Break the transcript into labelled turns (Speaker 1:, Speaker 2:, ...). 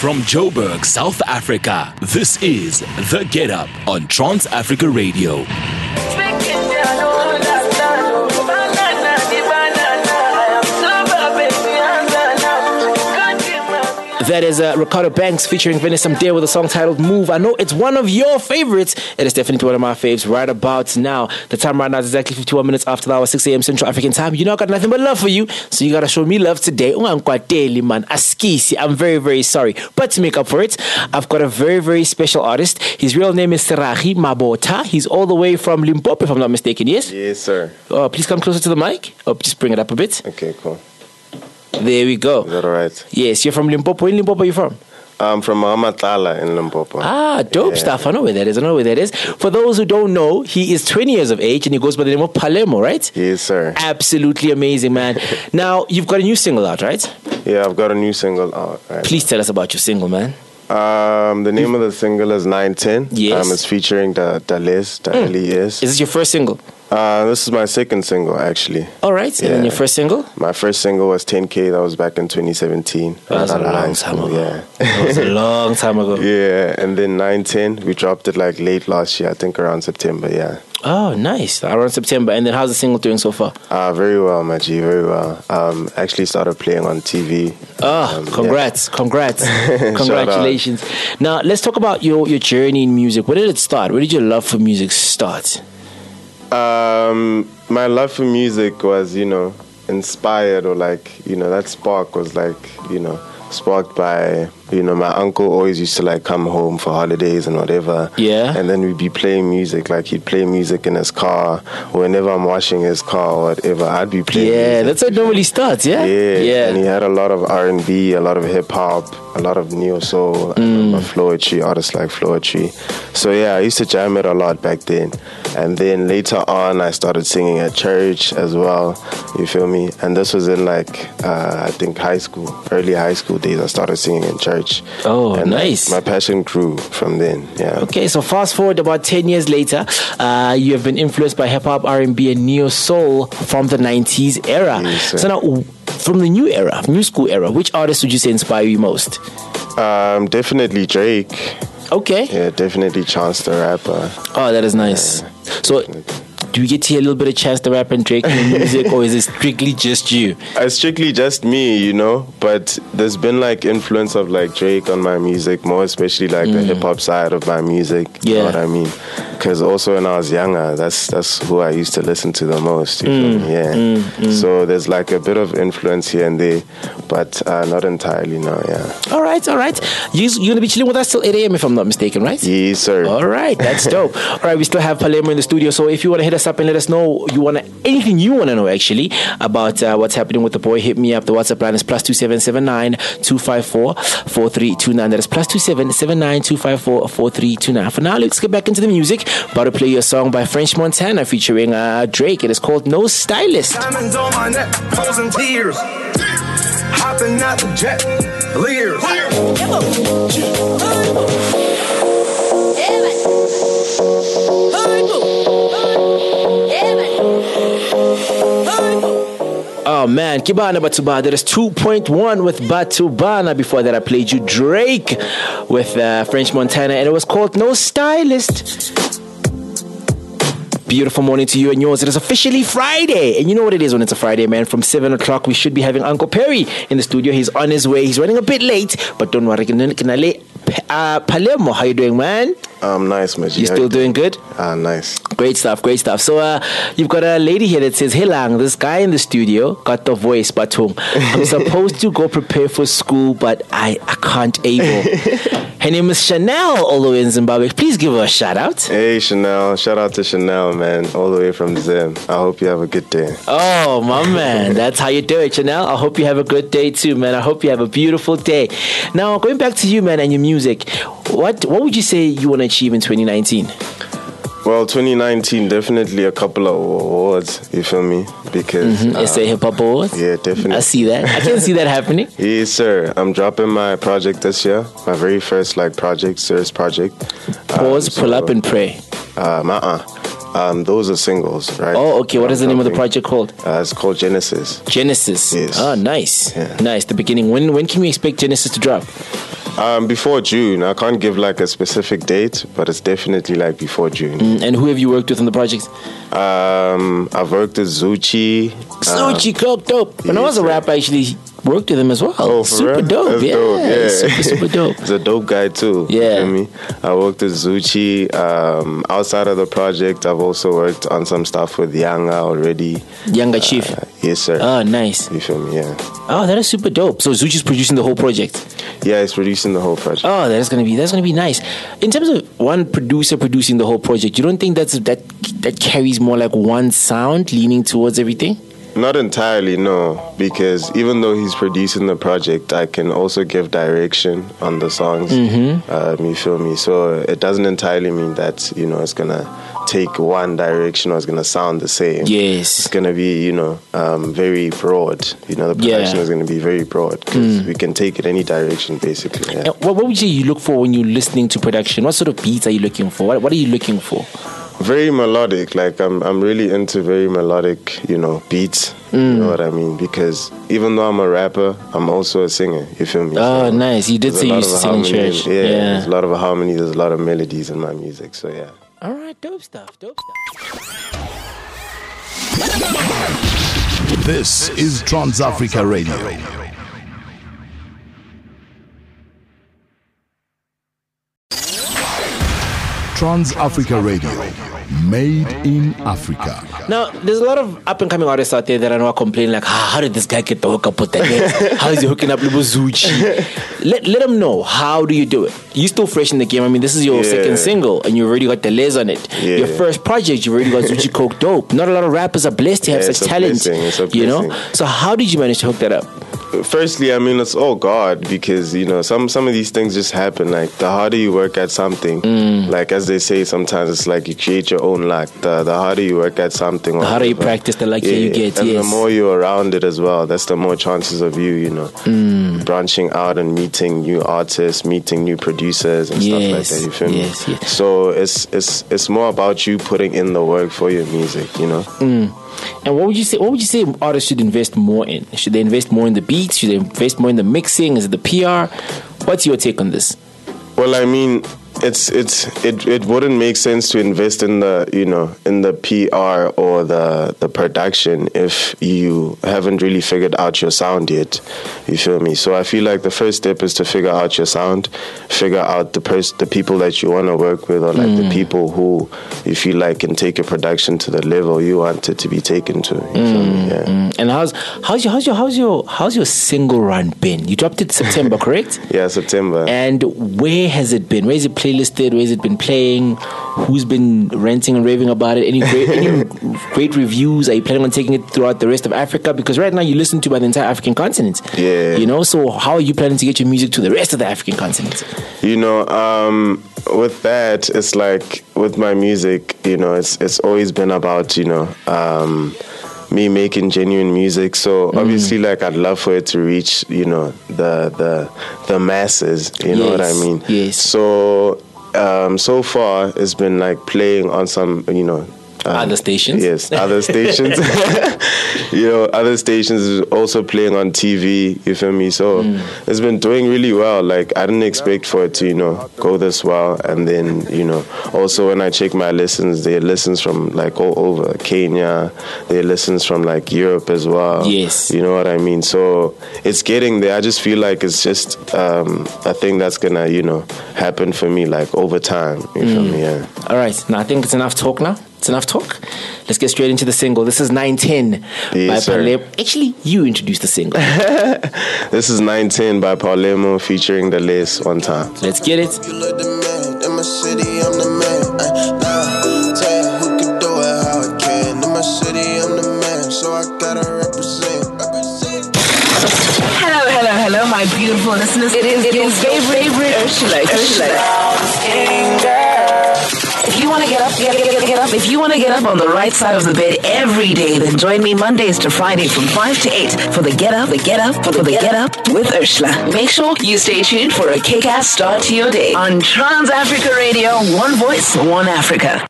Speaker 1: From Joburg, South Africa, this is The Get Up on Trans Africa Radio.
Speaker 2: That is uh, Ricardo Banks featuring Venice Amdare with a song titled Move. I know it's one of your favorites. It is definitely one of my faves right about now. The time right now is exactly 51 minutes after the hour, 6 a.m. Central African time. You know, I got nothing but love for you, so you gotta show me love today. Oh, I'm quite daily, man. Askisi. I'm very, very sorry. But to make up for it, I've got a very, very special artist. His real name is Serahi Mabota. He's all the way from Limpopo, if I'm not mistaken, yes?
Speaker 3: Yes, sir.
Speaker 2: Uh, please come closer to the mic. Oh, just bring it up a bit.
Speaker 3: Okay, cool.
Speaker 2: There we
Speaker 3: Is
Speaker 2: go.
Speaker 3: that all right?
Speaker 2: Yes, you're from Limpopo. Where in Limpopo are you from?
Speaker 3: I'm from Mahamatala in Limpopo.
Speaker 2: Ah, dope
Speaker 3: Yeah.
Speaker 2: stuff. I know where that is. I know where that is. For those who don't know, he is 20 years of age and he goes by the name of Palermo, right?
Speaker 3: Yes, sir.
Speaker 2: Absolutely amazing, man. now, you've got a new single out, right?
Speaker 3: Yeah, I've got a new single out. Right
Speaker 2: Please tell us about your single, man.
Speaker 3: now. Um, the name of the single is 910.
Speaker 2: Yes. Hmm.
Speaker 3: Um, it's featuring the Dalis, the
Speaker 2: Is
Speaker 3: LES.
Speaker 2: this your first single?
Speaker 3: Uh, this is my second single, actually.
Speaker 2: All right. And then
Speaker 3: Yeah.
Speaker 2: your first single?
Speaker 3: My first single was 10K. That was back in 2017.
Speaker 2: That was a
Speaker 3: Right out of
Speaker 2: long
Speaker 3: high
Speaker 2: time
Speaker 3: school,
Speaker 2: ago.
Speaker 3: Yeah.
Speaker 2: That was a long time ago.
Speaker 3: Yeah, and then 910, we dropped it like late last year, I think around September, yeah.
Speaker 2: Oh, nice. Around September. And then how's the single doing so far?
Speaker 3: Uh, very well, my G, very well. Um, actually started playing on TV.
Speaker 2: Ah,
Speaker 3: Um, yeah.
Speaker 2: congrats, congrats,
Speaker 3: out.
Speaker 2: congratulations. Now, let's talk about your, your journey in music. Where did it start? Where did your love for music start?
Speaker 3: Um, my love for music was, you know, inspired or like, you know, that spark was like, you know, sparked by, you know, my uncle always used to like come home for holidays and whatever.
Speaker 2: Yeah.
Speaker 3: And then we'd be playing music, like he'd play music in his car. or Whenever I'm washing his car or whatever, I'd be playing.
Speaker 2: Yeah,
Speaker 3: music.
Speaker 2: that's how it normally starts, yeah?
Speaker 3: Yeah, and he
Speaker 2: Yeah.
Speaker 3: had a lot of R and B, a lot of hip hop, a lot of neo soul, mm. Floetry, artists like Floetry. So yeah, I used to jam it a lot back then. And then later on, I started singing at church as well. You feel me? And this was in like uh, I think high school, early high school days. I started singing in church.
Speaker 2: Oh,
Speaker 3: and like,
Speaker 2: nice.
Speaker 3: my passion grew from then. Yeah.
Speaker 2: Okay, so fast forward about 10 years later, uh, you have been influenced by hip hop, R&B, and neo soul from the 90s era.
Speaker 3: Yes, sir.
Speaker 2: so now, w- from the new era, new school era, which artists would you say inspire you most?
Speaker 3: Um, definitely Drake.
Speaker 2: Okay.
Speaker 3: Yeah, definitely Chance the Rapper.
Speaker 2: Oh, that is nice. So, do we get to hear a little bit of Chance the Rapper and Drake in the music, or is it strictly just you?
Speaker 3: it's Uh, strictly just me, you know. But there's been like influence of like Drake on my music, more especially like the hip hop side of my music.
Speaker 2: Mm.
Speaker 3: You
Speaker 2: Yeah.
Speaker 3: know what I mean? Because also when I was younger, that's that's who I used to listen to the most. You
Speaker 2: Mm,
Speaker 3: feel me? Yeah. So there's like a bit of influence here and there, but uh, not entirely. No. Yeah.
Speaker 2: All right, all right. You, you're going to be chilling with us till 8 a.m., if I'm not mistaken, right?
Speaker 3: Yes, sir.
Speaker 2: All right, that's dope. All right, we still have Palermo in the studio, so if you want to hit us up and let us know you want to anything you want to know actually about uh, what's happening with the boy, hit me up. The WhatsApp line is plus two seven seven nine two five four four three two nine. That is plus two seven seven nine two five four four three two nine. For now, let's get back into the music. About to play you a song by French Montana featuring uh, Drake. It is called No Stylist.
Speaker 4: Diamonds on my neck, frozen tears. Hopping out the jet, leers.
Speaker 2: Oh man, Kibana Batubana. That is 2.1 with Batubana. Before that, I played you Drake with uh, French Montana, and it was called No Stylist. Beautiful morning to you and yours. It is officially Friday. And you know what it is when it's a Friday, man. From 7 o'clock, we should be having Uncle Perry in the studio. He's on his way. He's running a bit late, but don't worry. Can I- can I lay- uh, Palermo, how you doing, man?
Speaker 3: Um, nice, man.
Speaker 2: You still doing good?
Speaker 3: Ah, nice.
Speaker 2: Great stuff, great stuff. So uh, you've got a lady here that says, "Hey Lang, this guy in the studio got the voice, Batung. I'm supposed to go prepare for school, but I, I can't able." Her name is Chanel, all the way in Zimbabwe. Please give her a shout out.
Speaker 3: Hey, Chanel. Shout out to Chanel, man, all the way from Zim. I hope you have a good day.
Speaker 2: Oh my man, that's how you do it, Chanel. I hope you have a good day too, man. I hope you have a beautiful day. Now going back to you, man, and your music. What what would you say you want to achieve in 2019?
Speaker 3: Well, 2019 definitely a couple of awards. You feel me? Because uh,
Speaker 2: It's a hip hop awards.
Speaker 3: yeah, definitely.
Speaker 2: Mm-hmm. I see that. I can see that happening.
Speaker 3: Yes, sir. I'm dropping my project this year. My very first like project, serious project.
Speaker 2: Pause, pull up, and pray.
Speaker 3: Um, uh-uh. um, those are singles, right?
Speaker 2: Oh, okay. What is the name of the
Speaker 3: Dropping.
Speaker 2: project called?
Speaker 3: Uh, it's called Genesis.
Speaker 2: Genesis.
Speaker 3: Yes.
Speaker 2: Oh, nice.
Speaker 3: Yeah.
Speaker 2: Nice. The beginning. When when can we expect Genesis to drop?
Speaker 3: Um, before June, I can't give like a specific date, but it's definitely like before June.
Speaker 2: And who have you worked with on the project?
Speaker 3: Um, I've worked with Zuchi.
Speaker 2: Suchi Cloak Dope. When I was a
Speaker 3: Uh, yes, yeah.
Speaker 2: rapper, I actually worked with him as well.
Speaker 3: Oh, for
Speaker 2: super
Speaker 3: real?
Speaker 2: dope.
Speaker 3: That's
Speaker 2: yeah, Super, super dope.
Speaker 3: He's a dope guy too. you
Speaker 2: Yeah.
Speaker 3: feel me? I worked with Zuchi. Um, outside of the project, I've also worked on some stuff with Yanga already. Uh,
Speaker 2: Younger Chief.
Speaker 3: Yes, sir.
Speaker 2: Oh, nice.
Speaker 3: you feel me? Yeah.
Speaker 2: Oh, that is super dope. So Zuchi's producing the whole project.
Speaker 3: Yeah, he's producing the whole project.
Speaker 2: Oh, that's gonna be that's gonna be nice. In terms of one producer producing the whole project, you don't think that's that that carries more like one sound leaning towards everything?
Speaker 3: Not entirely, no, because even though he's producing the project, I can also give direction on the songs.
Speaker 2: Mm-hmm.
Speaker 3: Um, you feel me? So it doesn't entirely mean that you know it's gonna take one direction or it's gonna sound the same.
Speaker 2: Yes.
Speaker 3: it's gonna be you know um, very broad. You know the
Speaker 2: Yeah.
Speaker 3: production is gonna be very broad because we can take it any direction basically. yeah.
Speaker 2: And Uh, What, what would you say you look for when you're listening to production? What sort of beats are you looking for? What, what are you looking for?
Speaker 3: very melodic. Like I'm, I'm really into very melodic, you know, beats. You know what I mean? Because even though I'm a rapper, I'm also a singer. You feel me?
Speaker 2: Oh, nice. You did
Speaker 3: there's
Speaker 2: say
Speaker 3: a
Speaker 2: you
Speaker 3: lot
Speaker 2: used to
Speaker 3: of
Speaker 2: sing in
Speaker 3: harmony
Speaker 2: church.
Speaker 3: yeah, there's
Speaker 2: Yeah.
Speaker 3: a lot of harmony. There's a lot of melodies in my music. So yeah.
Speaker 2: All right, dope stuff. Dope stuff.
Speaker 5: This is Trans Africa Radio. Trans Africa Radio, made in Africa.
Speaker 2: Now, there's a lot of up and coming artists out there that I know are complaining, like, ah, how did this guy get the hookup with that girl? How is he hooking up Libo Zuchi? let, let him know. How do you do it? you still fresh in the game. I mean, this is your
Speaker 3: Yeah.
Speaker 2: second single, and you already got the lays on it.
Speaker 3: Yeah.
Speaker 2: Your first project, you already got Zuchi Coke Dope. Not a lot of rappers are blessed to have
Speaker 3: Yeah,
Speaker 2: such
Speaker 3: it's a
Speaker 2: talent.
Speaker 3: blessing, it's a
Speaker 2: you know?
Speaker 3: blessing.
Speaker 2: So, how did you manage to hook that up?
Speaker 3: firstly, I mean, it's all God because you know some some of these things just happen. Like the harder you work at something,
Speaker 2: Mm.
Speaker 3: like as they say, sometimes it's like you create your own luck. The the harder you work at something, or
Speaker 2: The harder you
Speaker 3: whatever.
Speaker 2: practice, the luckier you get,
Speaker 3: And
Speaker 2: yes.
Speaker 3: the more you're around it as well, that's the more chances of you, you know,
Speaker 2: Mm.
Speaker 3: branching out and meeting new artists, meeting new producers and
Speaker 2: Yes,
Speaker 3: stuff like that. You feel me?
Speaker 2: yes, yes.
Speaker 3: So it's it's it's more about you putting in the work for your music. You know.
Speaker 2: And what would you say? What would you say artists should invest more in? Should they invest more in the beats? Should they invest more in the mixing? Is it the PR? What's your take on this?
Speaker 3: Well, I mean, it's it's it, it wouldn't make sense to invest in the you know in the PR or the the production if you haven't really figured out your sound yet. You feel me? So I feel like the first step is to figure out your sound, figure out the pers- the people that you want to work with or like the people who you feel like can take your production to the level you want it to be taken to. You feel me? Yeah.
Speaker 2: And how's how's your how's your how's your how's your single run been? You dropped it September, correct?
Speaker 3: Yeah, September.
Speaker 2: And where has it been? Where is it playlisted? Where has it been playing? Who's been ranting and raving about it? Any great, any great reviews? Are you planning on taking it throughout the rest of Africa? Because right now you listen to by the entire African continent.
Speaker 3: Yeah.
Speaker 2: You know, so how are you planning to get your music to the rest of the African continent?
Speaker 3: you know um with that it's like with my music you know it's it's always been about you know um me making genuine music so
Speaker 2: Mm-hmm.
Speaker 3: obviously like i'd love for it to reach you know the the the masses you know what i
Speaker 2: Yes,
Speaker 3: mean
Speaker 2: yes.
Speaker 3: so um so far it's been like playing on some you know um,
Speaker 2: Other stations?
Speaker 3: yes other stations you know, other stations is also playing on TV. You feel me? So
Speaker 2: Mm.
Speaker 3: it's been doing really well. Like I didn't expect for it to, you know, go this well. And then, you know, also when I check my listens, there are listens from like all over Kenya. There are listens from like Europe as well.
Speaker 2: Yes.
Speaker 3: You know what I mean? So it's getting there. I just feel like it's just um, a thing that's gonna, you know, happen for me like over time. You feel
Speaker 2: Mm.
Speaker 3: me? Yeah.
Speaker 2: All right, now I think it's enough talk now. It's enough talk. Let's get straight into the single. This is 910 by
Speaker 3: Yes, sir.
Speaker 2: Palep. Actually, you introduced the single.
Speaker 3: This is 910 by Paulemo featuring the list one time.
Speaker 2: Let's get it.
Speaker 6: You look the man, in my city I'm the man. Ay, nah, tell who can do it how I can. In my city I'm the man, so I gotta represent. Represent.
Speaker 7: Hello, hello, hello, my beautiful listeners. It is your favorite, favorite Ursula. Ursula. If you want to get up, get, get, get, get up. If you want to get up on the right side of the bed every day, then join me Mondays to Friday from 5 to 8 for the Get Up, the Get Up, for the, Get Up with Ursula. Make sure you stay tuned for a kick-ass start to your day on Trans Africa Radio, One Voice, One Africa.